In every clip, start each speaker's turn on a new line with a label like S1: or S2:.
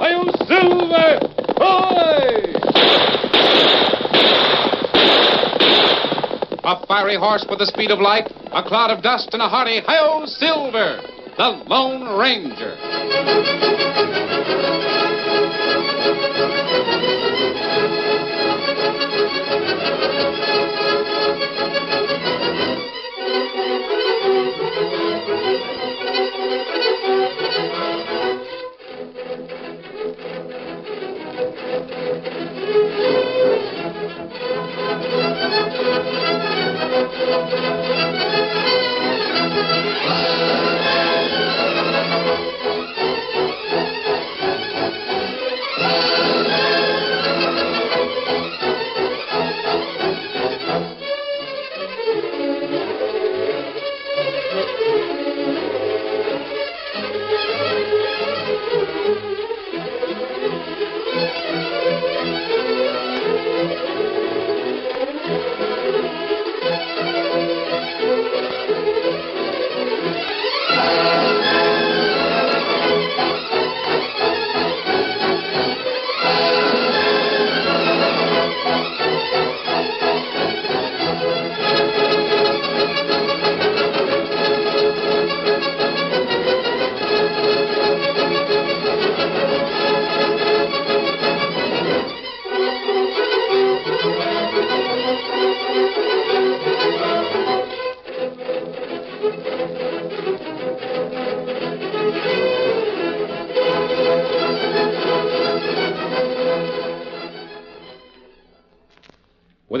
S1: Are you silver? Hoy! A fiery horse with the speed of light, a cloud of dust, and a hearty hi silver! The Lone Ranger. With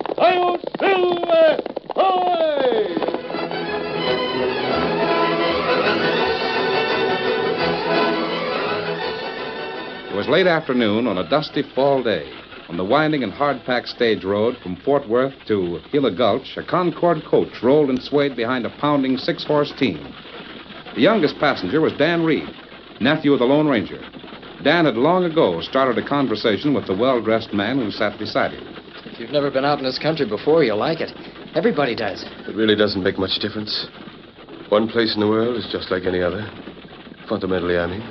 S2: I'll Silver! Hoy!
S1: It was late afternoon on a dusty fall day. On the winding and hard packed stage road from Fort Worth to Gila Gulch, a Concord coach rolled and swayed behind a pounding six horse team. The youngest passenger was Dan Reed, nephew of the Lone Ranger. Dan had long ago started a conversation with the well dressed man who sat beside him.
S3: If you've never been out in this country before, you'll like it. Everybody does.
S4: It really doesn't make much difference. One place in the world is just like any other. Fundamentally, I mean.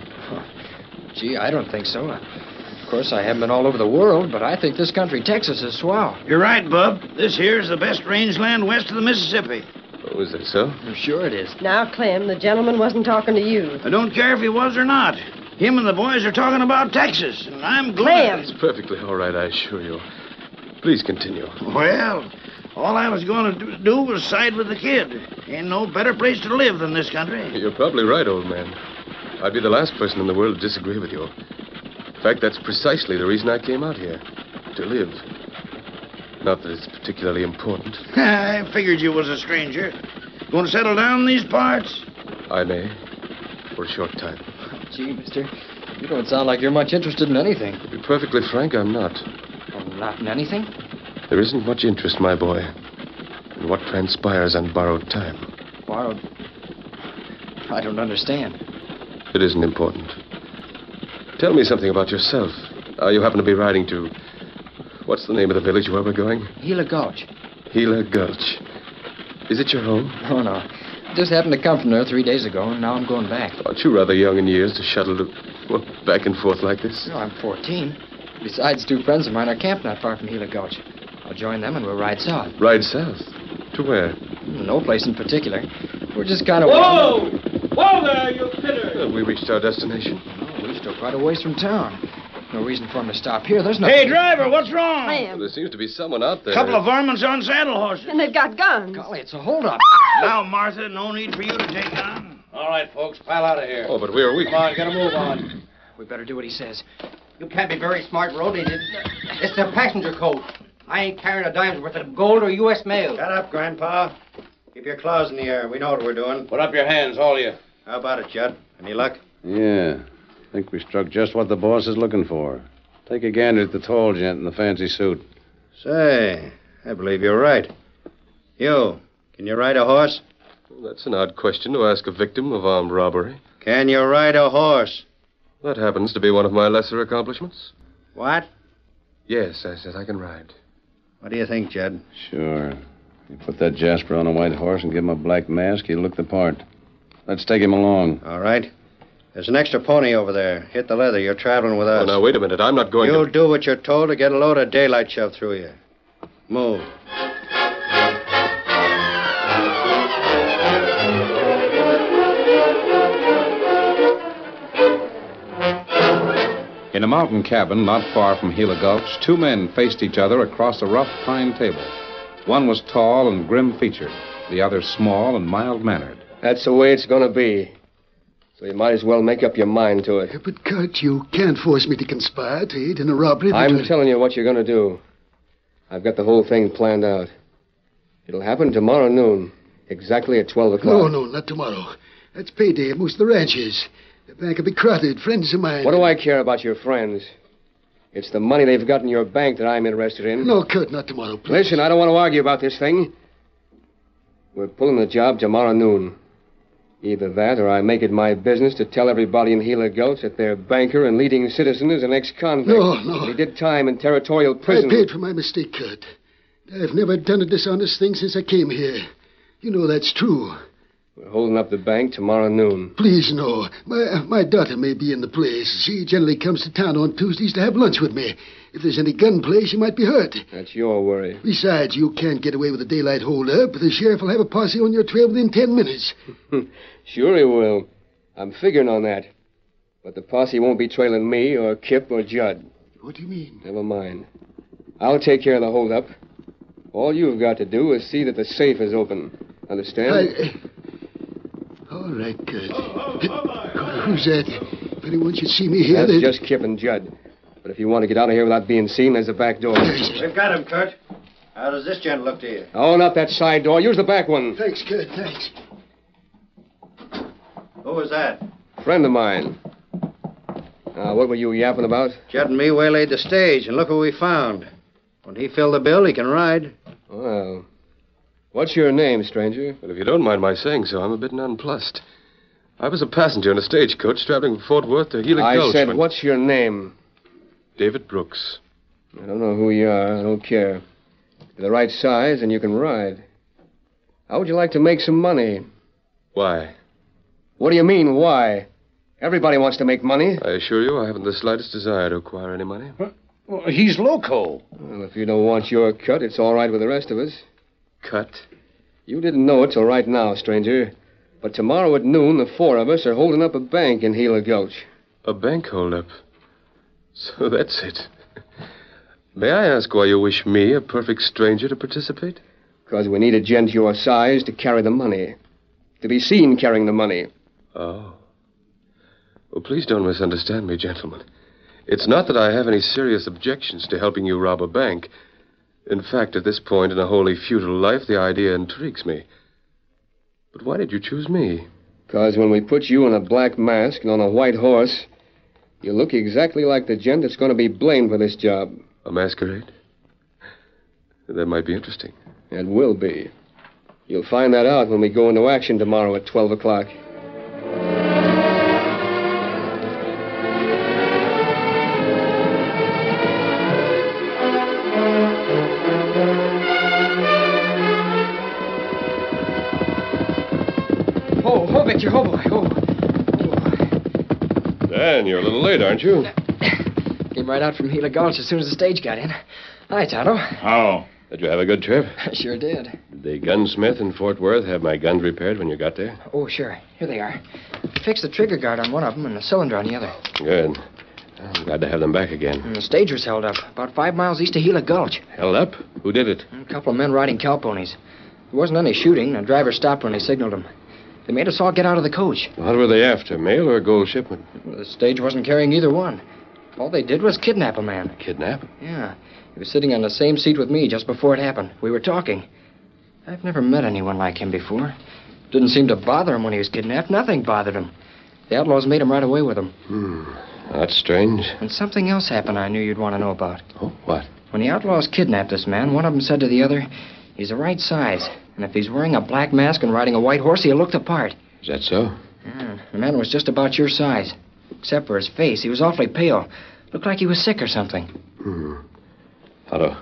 S3: Gee, I don't think so. Of course, I haven't been all over the world, but I think this country, Texas, is swell.
S5: You're right, Bub. This here's the best rangeland west of the Mississippi.
S4: Oh, is that so?
S3: I'm sure it is.
S6: Now, Clem, the gentleman wasn't talking to you.
S5: I don't care if he was or not. Him and the boys are talking about Texas, and I'm glad.
S6: Clem!
S4: It's perfectly all right, I assure you. Please continue.
S5: Well, all I was going to do was side with the kid. Ain't no better place to live than this country.
S4: You're probably right, old man. I'd be the last person in the world to disagree with you. In fact, that's precisely the reason I came out here to live. Not that it's particularly important.
S5: I figured you was a stranger. Going to settle down in these parts?
S4: I may, for a short time.
S3: Gee, mister, you don't sound like you're much interested in anything.
S4: To be perfectly frank, I'm not.
S3: Oh, not in anything?
S4: There isn't much interest, my boy, in what transpires on borrowed time.
S3: Borrowed. I don't understand.
S4: It isn't important. Tell me something about yourself. Uh, you happen to be riding to. What's the name of the village where we're going?
S3: Gila Gulch.
S4: Gila Gulch. Is it your home?
S3: Oh, no. Just happened to come from there three days ago, and now I'm going back.
S4: Aren't you rather young in years to shuttle to, well, back and forth like this?
S3: No, I'm 14. Besides, two friends of mine are camped not far from Gila Gulch. I'll join them and we'll ride south.
S4: Ride south. To where?
S3: No place in particular. We're just kind of.
S2: Whoa there, you critter!
S4: Well, we Uh, reached our destination.
S3: Oh, we're still quite a ways from town.
S7: No reason for him to stop here. There's no.
S5: Hey, driver, what's wrong?
S6: Sam,
S4: There seems to be someone out there.
S5: Couple of varmints on saddle horses.
S6: and they've got guns.
S7: Uh, Golly, it's a holdup.
S5: Now, Martha, no need for you to take it on.
S8: All right, folks, pile out of here.
S4: Oh, but we're weak.
S8: Come on, get a move on.
S7: We better do what he says.
S8: You can't be very smart, Rhodey. It's the passenger code. I ain't carrying a dime's worth of gold or U.S. mail.
S9: Shut up, Grandpa. Keep your claws in the air. We know what we're doing.
S8: Put up your hands, all of you.
S9: How about it, Judd? Any luck?
S10: Yeah. Think we struck just what the boss is looking for. Take a gander at the tall gent in the fancy suit.
S9: Say, I believe you're right. You, can you ride a horse?
S4: That's an odd question to ask a victim of armed robbery.
S9: Can you ride a horse?
S4: That happens to be one of my lesser accomplishments.
S9: What?
S4: Yes, I said I can ride.
S9: What do you think, Judd?
S10: Sure. You put that Jasper on a white horse and give him a black mask, he'll look the part. Let's take him along.
S9: All right. There's an extra pony over there. Hit the leather. You're traveling with
S4: Oh,
S9: us.
S4: now, wait a minute. I'm not going
S9: You'll
S4: to.
S9: do what you're told to get a load of daylight shoved through you. Move.
S1: In a mountain cabin not far from Gila Gulch, two men faced each other across a rough pine table. One was tall and grim featured, the other small and mild mannered.
S7: That's the way it's going to be. So you might as well make up your mind to it.
S11: But, uh, Kurt, you can't force me to conspire to aid in a robbery.
S7: I'm
S11: between-
S7: telling you what you're going to do. I've got the whole thing planned out. It'll happen tomorrow noon, exactly at 12 o'clock.
S11: No, no, not tomorrow. That's payday at most of the ranches. The bank will be crowded. Friends of mine.
S7: What do I care about your friends? It's the money they've got in your bank that I'm interested in.
S11: No, Kurt, not tomorrow, please.
S7: Listen, I don't want to argue about this thing. We're pulling the job tomorrow noon. Either that, or I make it my business to tell everybody in Gila Gulch that their banker and leading citizen is an ex-convict.
S11: No, no.
S7: He did time in territorial
S11: I
S7: prison.
S11: paid for my mistake, Kurt. I've never done a dishonest thing since I came here. You know that's true.
S7: We're holding up the bank tomorrow noon.
S11: Please, no. My, my daughter may be in the place. She generally comes to town on Tuesdays to have lunch with me. If there's any gunplay, she might be hurt.
S7: That's your worry.
S11: Besides, you can't get away with a daylight holdup. The sheriff will have a posse on your trail within ten minutes.
S7: Sure he will. I'm figuring on that. But the posse won't be trailing me or Kip or Judd.
S11: What do you mean?
S7: Never mind. I'll take care of the holdup. All you've got to do is see that the safe is open. Understand?
S11: I. All right, Kurt.
S5: Oh,
S11: Who's that? If anyone should see me here,
S7: That's
S11: they
S7: just Kip and Judd. But if you want to get out of here without being seen, there's the back door.
S9: We've got him, Kurt. How does this gent look to you?
S7: Oh, not that side door. Use the back one.
S11: Thanks, Kurt. Thanks.
S9: Who was that?
S7: Friend of mine.
S9: Uh,
S7: Now, what were you yapping about?
S9: Judd and me waylaid the stage, and look who we found. When he fill the bill, he can ride.
S7: Well, what's your name, stranger?
S4: Well, if you don't mind my saying so, I'm a bit nonplussed. I was a passenger in a stagecoach traveling from Fort Worth to Gila
S7: I
S4: Gulch.
S7: said,
S4: when-
S7: what's your name?
S4: David Brooks.
S7: I don't know who you are. I don't care. You're the right size, and you can ride. How would you like to make some money?
S4: Why?
S7: What do you mean, why? Everybody wants to make money.
S4: I assure you, I haven't the slightest desire to acquire any money.
S5: Well, he's loco.
S7: Well, if you don't want your cut, it's all right with the rest of us.
S4: Cut.
S7: You didn't know it till right now, stranger. But tomorrow at noon, the four of us are holding up a bank in Gila Gulch.
S4: A bank holdup. So that's it. May I ask why you wish me, a perfect stranger, to participate?
S7: Because we need a gent your size to carry the money. To be seen carrying the money.
S4: Oh. Well, Oh, please don't misunderstand me, gentlemen. It's not that I have any serious objections to helping you rob a bank. In fact, at this point in a wholly futile life, the idea intrigues me. But why did you choose me?
S7: Because when we put you in a black mask and on a white horse, you look exactly like the gent that's going to be blamed for this job.
S4: A masquerade? That might be interesting.
S7: It will be. You'll find that out when we go into action tomorrow at 12 o'clock. Oh, oh, Victor, oh, boy, oh.
S4: Dan, you're a little late, aren't you?
S7: Came right out from Gila Gulch as soon as the stage got in. Hi, Tonto.
S5: Oh.
S4: Did you have a good trip?
S7: I sure did.
S4: Did the gunsmith in Fort Worth have my guns repaired when you got there?
S7: Oh, sure. Here they are. Fixed the trigger guard on one of them and the cylinder on the other.
S4: Good.
S12: I'm glad to have them back again.
S3: The stage was held up, about five miles east of Gila Gulch.
S12: Held up? Who did it?
S3: A couple of men riding cowponies. There wasn't any shooting. The driver stopped when they signaled him. They made us all get out of the coach.
S12: What were they after, mail or gold shipment?
S3: The stage wasn't carrying either one. All they did was kidnap a man.
S12: Kidnap?
S3: Yeah. He was sitting on the same seat with me just before it happened. We were talking. I've never met anyone like him before. Didn't seem to bother him when he was kidnapped. Nothing bothered him. The outlaws made him right away with him.
S12: Hmm. That's strange.
S3: And something else happened I knew you'd want to know about.
S12: Oh, what?
S3: When the outlaws kidnapped this man, one of them said to the other, He's the right size. And if he's wearing a black mask and riding a white horse, he'll look the part.
S12: Is that so?
S3: Yeah, the man was just about your size, except for his face. He was awfully pale. Looked like he was sick or something.
S12: Hmm. Otto.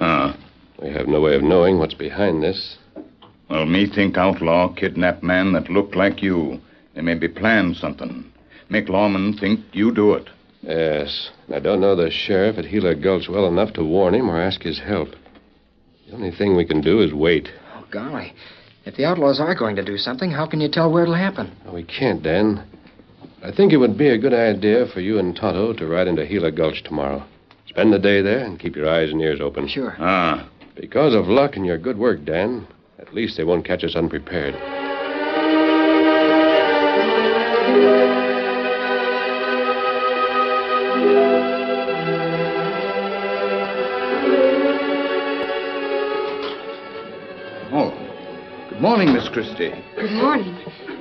S4: Ah.
S12: Huh? We have no way of knowing what's behind this.
S4: Well, me think outlaw kidnap man that look like you. They maybe plan something. Make lawman think you do it.
S12: Yes. I don't know the sheriff at Gila Gulch well enough to warn him or ask his help. The only thing we can do is wait.
S3: Oh, golly. If the outlaws are going to do something, how can you tell where it'll happen?
S12: We can't, Dan. I think it would be a good idea for you and Tonto to ride into Gila Gulch tomorrow. Spend the day there and keep your eyes and ears open.
S3: Sure.
S4: Ah.
S12: Because of luck and your good work, Dan, at least they won't catch us unprepared.
S4: Oh, Good morning, Miss Christie.
S13: Good morning.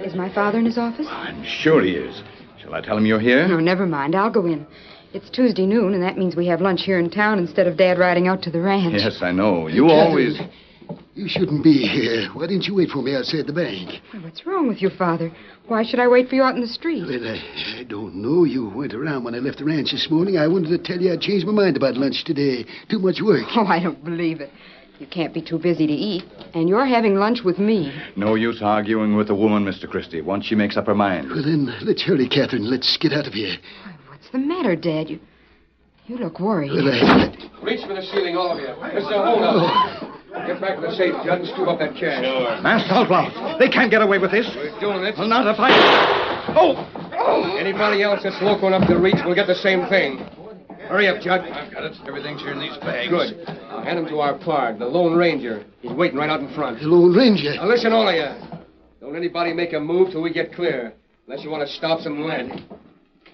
S13: Is my father in his office?
S4: I'm sure he is. Shall I tell him you're here?
S13: No, never mind. I'll go in. It's Tuesday noon, and that means we have lunch here in town instead of Dad riding out to the ranch.
S4: Yes, I know. You always.
S11: You shouldn't be here. Why didn't you wait for me outside the bank?
S13: Why, What's wrong with you, Father? Why should I wait for you out in the street?
S11: Well, I, I don't know. You weren't around when I left the ranch this morning. I wanted to tell you I changed my mind about lunch today. Too much work.
S13: Oh, I don't believe it. You can't be too busy to eat, and you're having lunch with me.
S4: No use arguing with a woman, Mr. Christie, once she makes up her mind.
S11: Well, then, let's hurry, Catherine. Let's get out of here.
S13: What's the matter, Dad? You, you look worried.
S11: Well, I,
S7: Reach for the ceiling, all of you. This is a holdup. Get back to the safe, Judd, and scoop up that cash. Sure.
S5: Masked outlaws. They can't get away with this.
S7: We're doing it.
S5: Well, not if I.
S7: Oh! Anybody else that's loco enough to reach will get the same thing. Hurry up, Judd. I've got it. Everything's here in these bags. Good. Now hand him to our pard, the Lone Ranger. He's waiting right out in front.
S11: the Lone Ranger.
S7: Now listen, all of you. Don't anybody make a move till we get clear, unless you want to stop some lead.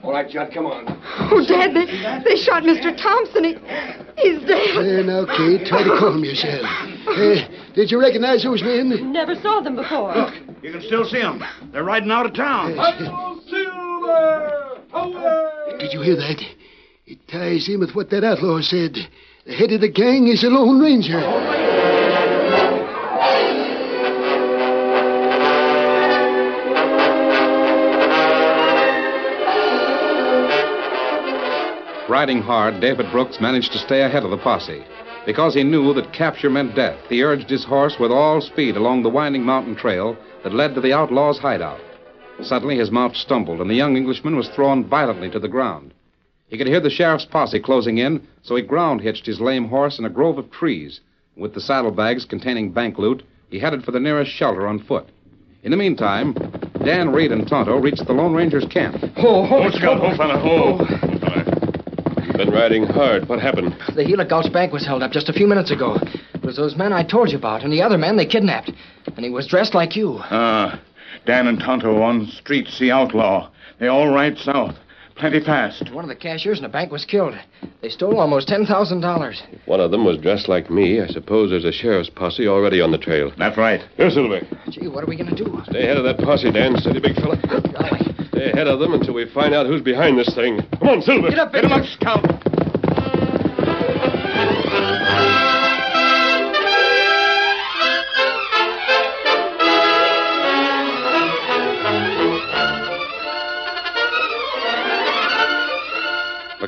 S7: All right, Judd, come on.
S13: Oh, Dad, they, they shot Mr. Thompson. He, he's dead.
S11: There now, Kate. Try to calm yourself. Uh, did you recognize those men?
S14: Never saw them before.
S5: You can still see them. They're riding out of town.
S11: Did you hear that? It ties in with what that outlaw said. The head of the gang is the Lone Ranger.
S1: Riding hard, David Brooks managed to stay ahead of the posse. Because he knew that capture meant death, he urged his horse with all speed along the winding mountain trail that led to the outlaws' hideout. Suddenly, his mount stumbled, and the young Englishman was thrown violently to the ground. He could hear the sheriff's posse closing in, so he ground hitched his lame horse in a grove of trees. With the saddlebags containing bank loot, he headed for the nearest shelter on foot. In the meantime, Dan Reed and Tonto reached the Lone Ranger's camp.
S7: Oh, oh,
S12: Hold, Scott. Hold, fella. Hold. Been riding hard. What happened?
S3: The Gila Gulch Bank was held up just a few minutes ago. It was those men I told you about, and the other man they kidnapped. And he was dressed like you.
S4: Ah. Dan and Tonto on street see outlaw. They all ride south. Plenty fast.
S3: One of the cashiers in the bank was killed. They stole almost $10,000.
S12: One of them was dressed like me. I suppose there's a sheriff's posse already on the trail.
S4: That's right.
S12: Here, Silverbeck.
S3: Gee, what are we going to do?
S12: Stay ahead of that posse, Dan. Steady, big fella. Stay ahead of them until we find out who's behind this thing. Come on, Silver.
S3: Get up,
S12: Get him up, Scout.
S1: The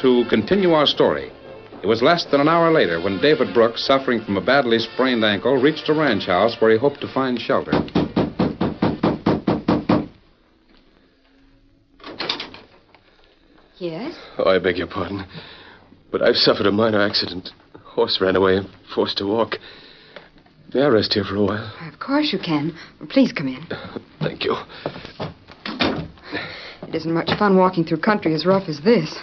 S1: to continue our story. It was less than an hour later when David Brooks, suffering from a badly sprained ankle, reached a ranch house where he hoped to find shelter.
S13: Yes?
S4: Oh, I beg your pardon. But I've suffered a minor accident. Horse ran away, forced to walk. May I rest here for a while?
S13: Of course you can. Please come in.
S4: Thank you.
S13: It isn't much fun walking through country as rough as this,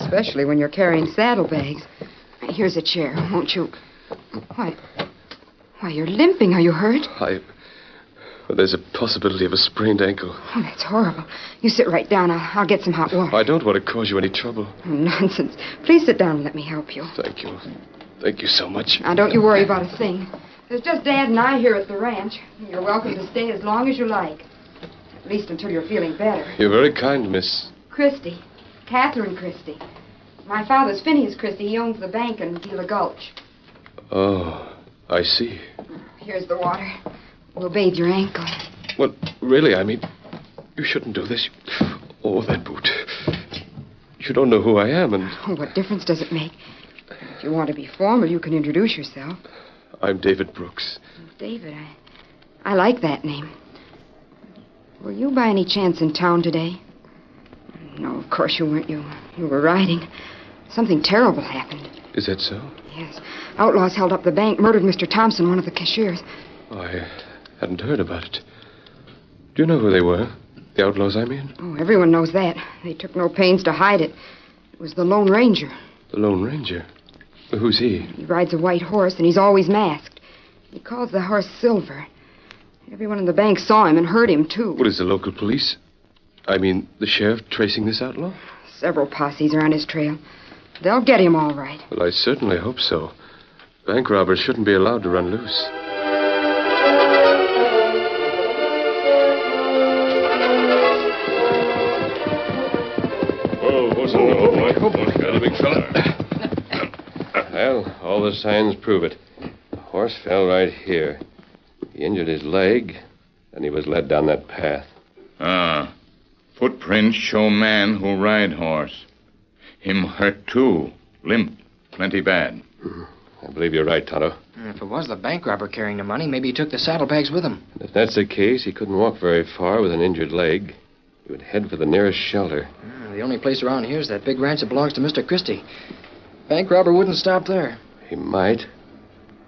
S13: especially when you're carrying saddlebags. Here's a chair, won't you? Why, why you're limping. Are you hurt?
S4: I. Well, there's a possibility of a sprained ankle.
S13: Oh, that's horrible. You sit right down. I'll, I'll get some hot water.
S4: I don't want to cause you any trouble.
S13: Oh, nonsense. Please sit down and let me help you.
S4: Thank you. Thank you so much.
S13: Now, don't you worry about a thing. There's just Dad and I here at the ranch. You're welcome to stay as long as you like. At least until you're feeling better.
S4: You're very kind, miss.
S13: Christie. Catherine Christie. My father's Phineas Christie. He owns the bank in Gila Gulch.
S4: Oh, I see.
S13: Here's the water. We'll bathe your ankle.
S4: Well, really, I mean, you shouldn't do this. Oh, that boot. You don't know who I am, and
S13: Oh, what difference does it make? If you want to be formal, you can introduce yourself.
S4: I'm David Brooks.
S13: David, I, I like that name. Were you by any chance in town today? No, of course you weren't. You, you were riding. Something terrible happened.
S4: Is that so?
S13: Yes. Outlaws held up the bank, murdered Mr. Thompson, one of the cashiers.
S4: I hadn't heard about it. Do you know who they were? The outlaws, I mean?
S13: Oh, everyone knows that. They took no pains to hide it. It was the Lone Ranger.
S4: The Lone Ranger. Who's he?
S13: He rides a white horse, and he's always masked. He calls the horse Silver. Everyone in the bank saw him and heard him, too.
S4: What is the local police? I mean, the sheriff tracing this outlaw?
S13: Several posses are on his trail. They'll get him all right.
S4: Well, I certainly hope so. Bank robbers shouldn't be allowed to run loose.
S2: Oh, horse and oh, boy. Horse and a big fella.
S12: Well, all the signs prove it. The horse fell right here. He injured his leg, and he was led down that path.
S15: Ah. Footprints show man who ride horse. Him hurt too. Limp. Plenty bad.
S12: Mm-hmm. I believe you're right, Tonto.
S3: Hmm, If it was the bank robber carrying the money, maybe he took the saddlebags with him.
S12: If that's the case, he couldn't walk very far with an injured leg. He would head for the nearest shelter.
S3: Ah, the only place around here is that big ranch that belongs to Mr. Christie. Bank robber wouldn't stop there.
S12: He might.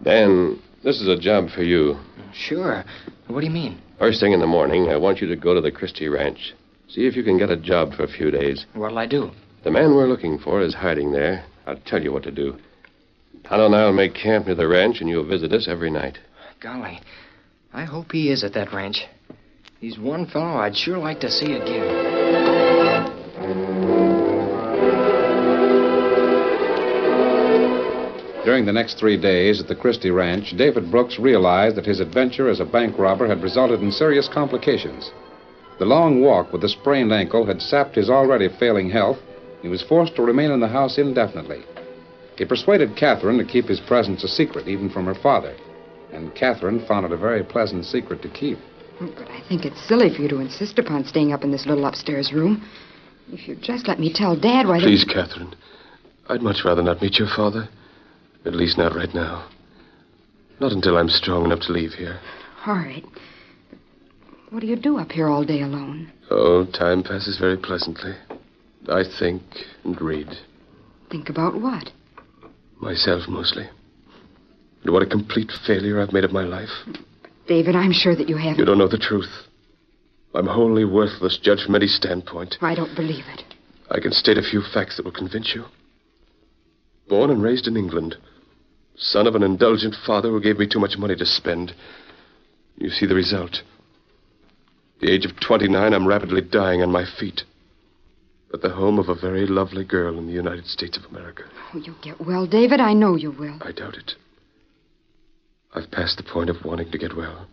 S12: Dan, this is a job for you.
S3: Sure. What do you mean?
S12: First thing in the morning, I want you to go to the Christie Ranch. See if you can get a job for a few days.
S3: What'll I do?
S12: The man we're looking for is hiding there. I'll tell you what to do. Tonto and I will make camp near the ranch, and you'll visit us every night.
S3: Golly, I hope he is at that ranch. He's one fellow I'd sure like to see again.
S1: During the next three days at the Christie Ranch, David Brooks realized that his adventure as a bank robber had resulted in serious complications. The long walk with the sprained ankle had sapped his already failing health. and He was forced to remain in the house indefinitely. He persuaded Catherine to keep his presence a secret, even from her father, and Catherine found it a very pleasant secret to keep.
S13: I think it's silly for you to insist upon staying up in this little upstairs room. If you'd just let me tell Dad why...
S4: Please, Catherine. I'd much rather not meet your father. At least not right now. Not until I'm strong enough to leave here.
S13: All right. What do you do up here all day alone?
S4: Oh, time passes very pleasantly. I think and read.
S13: Think about what?
S4: Myself mostly. And what a complete failure I've made of my life.
S13: David, I'm sure that you haven't.
S4: You don't know the truth. I'm wholly worthless, judged from any standpoint.
S13: I don't believe it.
S4: I can state a few facts that will convince you. Born and raised in England, son of an indulgent father who gave me too much money to spend. You see the result. At the age of 29, I'm rapidly dying on my feet. At the home of a very lovely girl in the United States of America.
S13: Oh, you'll get well, David. I know you will.
S4: I doubt it. I've passed the point of wanting to get well.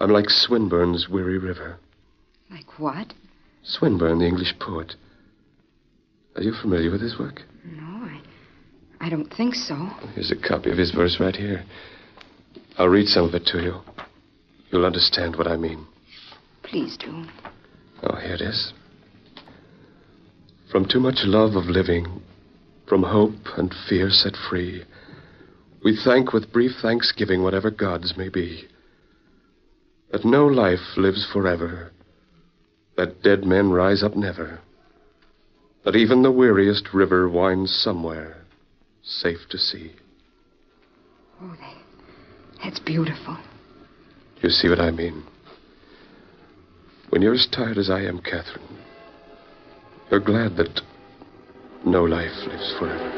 S4: I'm like Swinburne's weary river.
S13: Like what?
S4: Swinburne, the English poet. Are you familiar with his work?
S13: I don't think so.
S4: Here's a copy of his verse right here. I'll read some of it to you. You'll understand what I mean.
S13: Please do.
S4: Oh, here it is. From too much love of living, from hope and fear set free, we thank with brief thanksgiving whatever gods may be. That no life lives forever, that dead men rise up never, that even the weariest river winds somewhere safe to see.
S13: Oh, that, that's beautiful.
S4: You see what I mean? When you're as tired as I am, Catherine, you're glad that no life lives forever.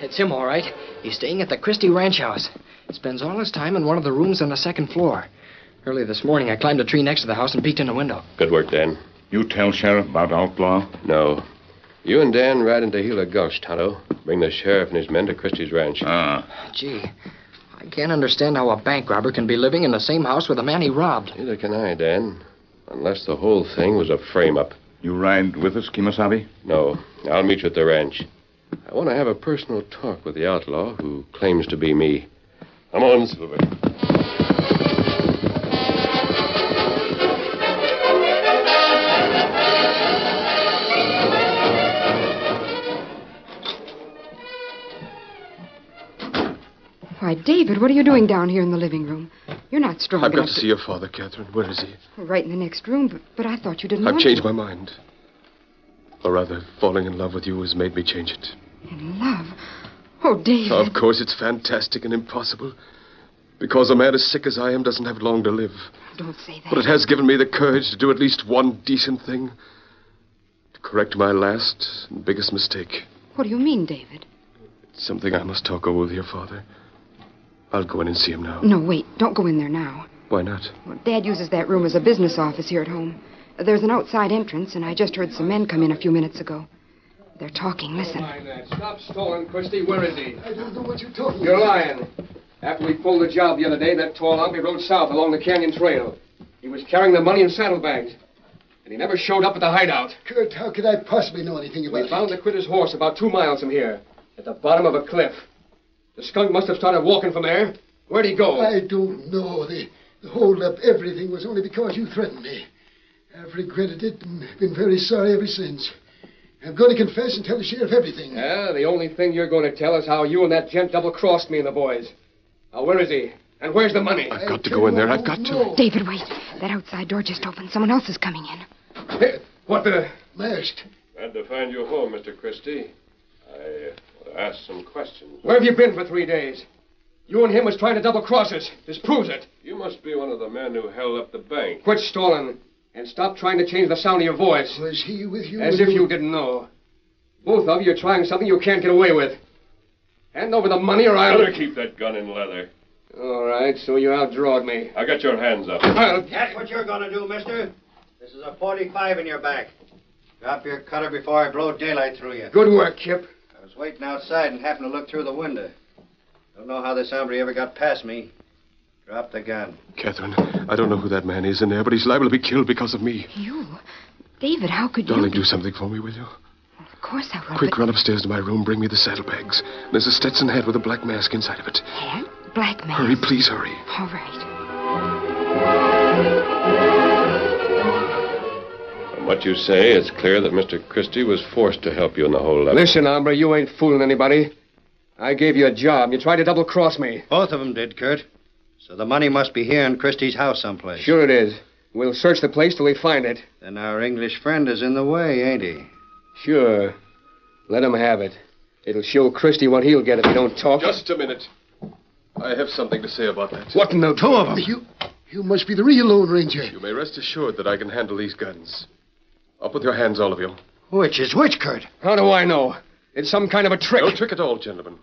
S3: It's him, all right. He's staying at the Christie Ranch House. Spends all his time in one of the rooms on the second floor. Early this morning, I climbed a tree next to the house and peeked in a window.
S12: Good work, Dan.
S15: You tell Sheriff about Outlaw?
S12: No. You and Dan ride into Gila Gulch, Tonto. Bring the sheriff and his men to Christie's ranch.
S15: Ah.
S3: Gee, I can't understand how a bank robber can be living in the same house with a man he robbed.
S12: Neither can I, Dan. Unless the whole thing was a frame up.
S15: You ride with us, Kimasabi?
S12: No. I'll meet you at the ranch. I want to have a personal talk with the outlaw who claims to be me. Come on, Silver.
S13: Why, David, what are you doing down here in the living room? You're not strong
S4: I've got
S13: enough
S4: to see your father, Catherine. Where is he?
S13: Right in the next room, but, but I thought you didn't
S4: I've
S13: want
S4: changed
S13: to.
S4: my mind. Or rather, falling in love with you has made me change it.
S13: In love. Oh, David.
S4: Of course, it's fantastic and impossible. Because a man as sick as I am doesn't have long to live.
S13: Don't say that.
S4: But it has given me the courage to do at least one decent thing. To correct my last and biggest mistake.
S13: What do you mean, David?
S4: It's something I must talk over with your father. I'll go in and see him now.
S13: No, wait. Don't go in there now.
S4: Why not?
S13: Well, Dad uses that room as a business office here at home. There's an outside entrance, and I just heard some men come in a few minutes ago. They're talking. Listen.
S7: Stop stalling, Christie. Where is he? I don't know what you're talking
S11: about.
S7: You're lying. After we pulled the job the other day, that tall outfit rode south along the canyon trail. He was carrying the money in saddlebags. And he never showed up at the hideout.
S11: Kurt, how could I possibly know anything about
S7: We found the critter's horse about two miles from here, at the bottom of a cliff. The skunk must have started walking from there. Where'd he go?
S11: I don't know. The, the hold up, everything was only because you threatened me. I've regretted it and been very sorry ever since. I'm going to confess and tell the sheriff everything.
S7: Yeah, the only thing you're going to tell is how you and that gent double crossed me and the boys. Now, where is he? And where's the money? I've got to go in there. I've got to.
S13: David, wait. That outside door just opened. Someone else is coming in.
S7: What the.
S11: Masked.
S12: Glad to find you home, Mr. Christie. I uh, want to ask some questions.
S7: Where have you been for three days? You and him was trying to double cross us. This proves it.
S12: You must be one of the men who held up the bank.
S7: Quit stalling and stop trying to change the sound of your voice.
S11: Was he with you?
S7: As
S11: when
S7: if you didn't know. Both of you are trying something you can't get away with. Hand over the money or I'll.
S12: Better keep that gun in leather.
S7: All right, so you outdrawed me.
S12: Now get your hands up.
S7: I'll.
S9: That's what you're gonna do, mister. This is a 45 in your back. Drop your cutter before I blow daylight through you.
S7: Good work, Kip.
S9: I was waiting outside and happened to look through the window. Don't know how this hombre ever got past me. Drop the gun.
S4: Catherine, I don't know who that man is in there, but he's liable to be killed because of me.
S13: You? David, how could you?
S4: Darling, do something for me, will you?
S13: Of course I will.
S4: Quick, run upstairs to my room. Bring me the saddlebags. There's a Stetson hat with a black mask inside of it.
S13: Hat? Black mask.
S4: Hurry, please hurry.
S13: All right.
S12: From what you say, it's clear that Mr. Christie was forced to help you in the holdup.
S7: Listen, hombre, you ain't fooling anybody. I gave you a job. You tried to double cross me.
S9: Both of them did, Kurt. So the money must be here in Christie's house someplace.
S7: Sure it is. We'll search the place till we find it.
S9: Then our English friend is in the way, ain't he?
S7: Sure. Let him have it. It'll show Christie what he'll get if he don't talk.
S4: Just a minute. I have something to say about that.
S7: What in the two of 'em?
S11: You, you must be the real Lone Ranger.
S4: You may rest assured that I can handle these guns. Up with your hands, all of you.
S7: Which is which, Kurt? How do I know? It's some kind of a trick.
S4: No trick at all, gentlemen.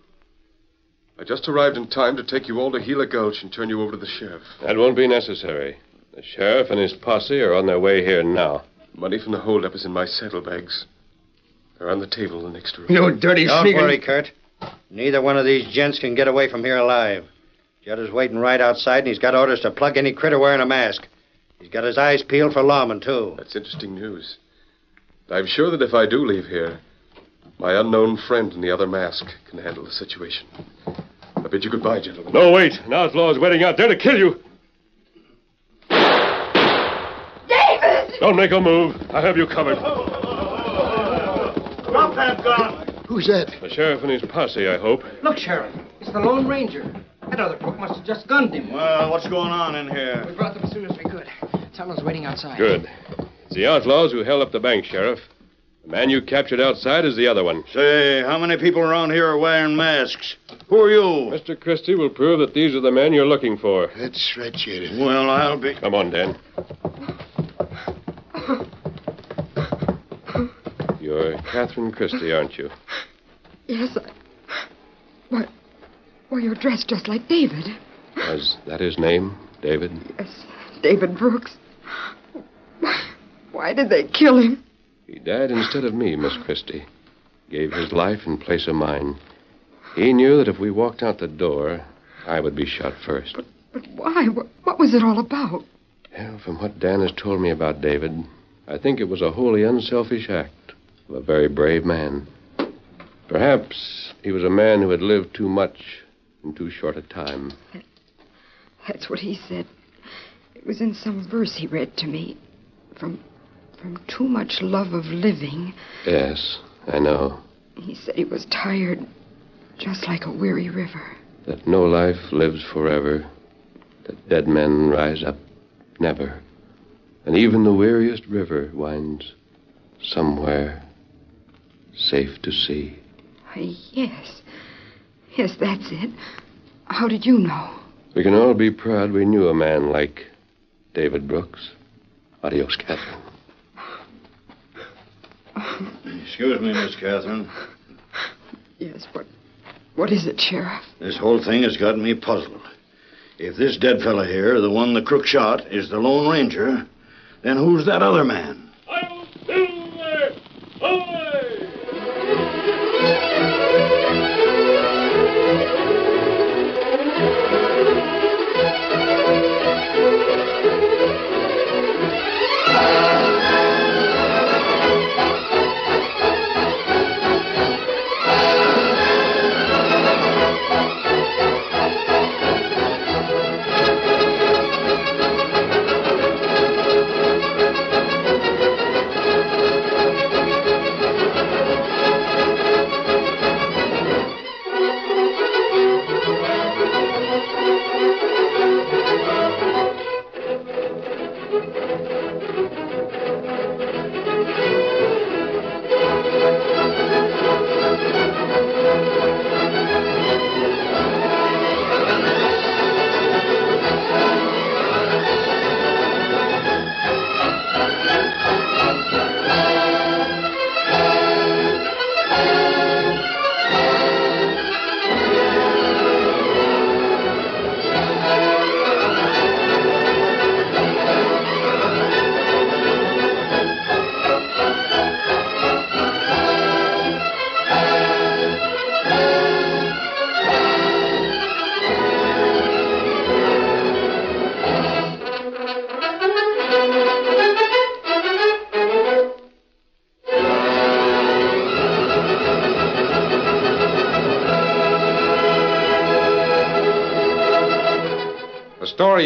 S4: I just arrived in time to take you all to Gila Gulch and turn you over to the sheriff.
S12: That won't be necessary. The sheriff and his posse are on their way here now.
S4: Money from the holdup is in my saddlebags. They're on the table in the next room.
S9: Don't worry, Kurt. Neither one of these gents can get away from here alive. Judd is waiting right outside, and he's got orders to plug any critter wearing a mask. He's got his eyes peeled for lawmen, too.
S4: That's interesting news. I'm sure that if I do leave here, my unknown friend in the other mask can handle the situation. I bid you goodbye, gentlemen.
S12: No, wait. An outlaw is waiting out there to kill you.
S2: Don't make a move. I have you covered.
S5: Drop that gun.
S11: Who's that?
S12: The sheriff and his posse, I hope.
S8: Look, Sheriff, it's the Lone Ranger. That other crook must have just gunned him.
S9: Well, what's going on in here?
S3: We brought them as soon as we could. Someone's waiting outside.
S12: Good. It's the outlaws who held up the bank, Sheriff. The man you captured outside is the other one.
S9: Say, how many people around here are wearing masks? Who are you?
S12: Mr. Christie will prove that these are the men you're looking for.
S11: That's right, Sheriff.
S9: Well, I'll be.
S12: Come on, Dan. You're Catherine Christie, aren't you?
S13: Yes, I... Why, why, you're dressed just like David.
S12: Was that his name, David?
S13: Yes, David Brooks. Why, why did they kill him?
S12: He died instead of me, Miss Christie. Gave his life in place of mine. He knew that if we walked out the door, I would be shot first.
S13: But why? What, what was it all about?
S12: Well, from what Dan has told me about David, I think it was a wholly unselfish act of a very brave man. Perhaps he was a man who had lived too much in too short a time.
S13: That's what he said. It was in some verse he read to me. From from too much love of living.
S12: Yes, I know.
S13: He said he was tired, just like a weary river.
S12: That no life lives forever, that dead men rise up never, and even the weariest river winds somewhere safe to sea.
S13: Why, yes. Yes, that's it. How did you know?
S12: We can all be proud we knew a man like David Brooks. Adios, Catherine.
S9: Excuse me, Miss Catherine.
S13: Yes, what what is it, Sheriff?
S9: This whole thing has got me puzzled. If this dead fella here, the one the crook shot, is the Lone Ranger, then who's that other man?
S1: The story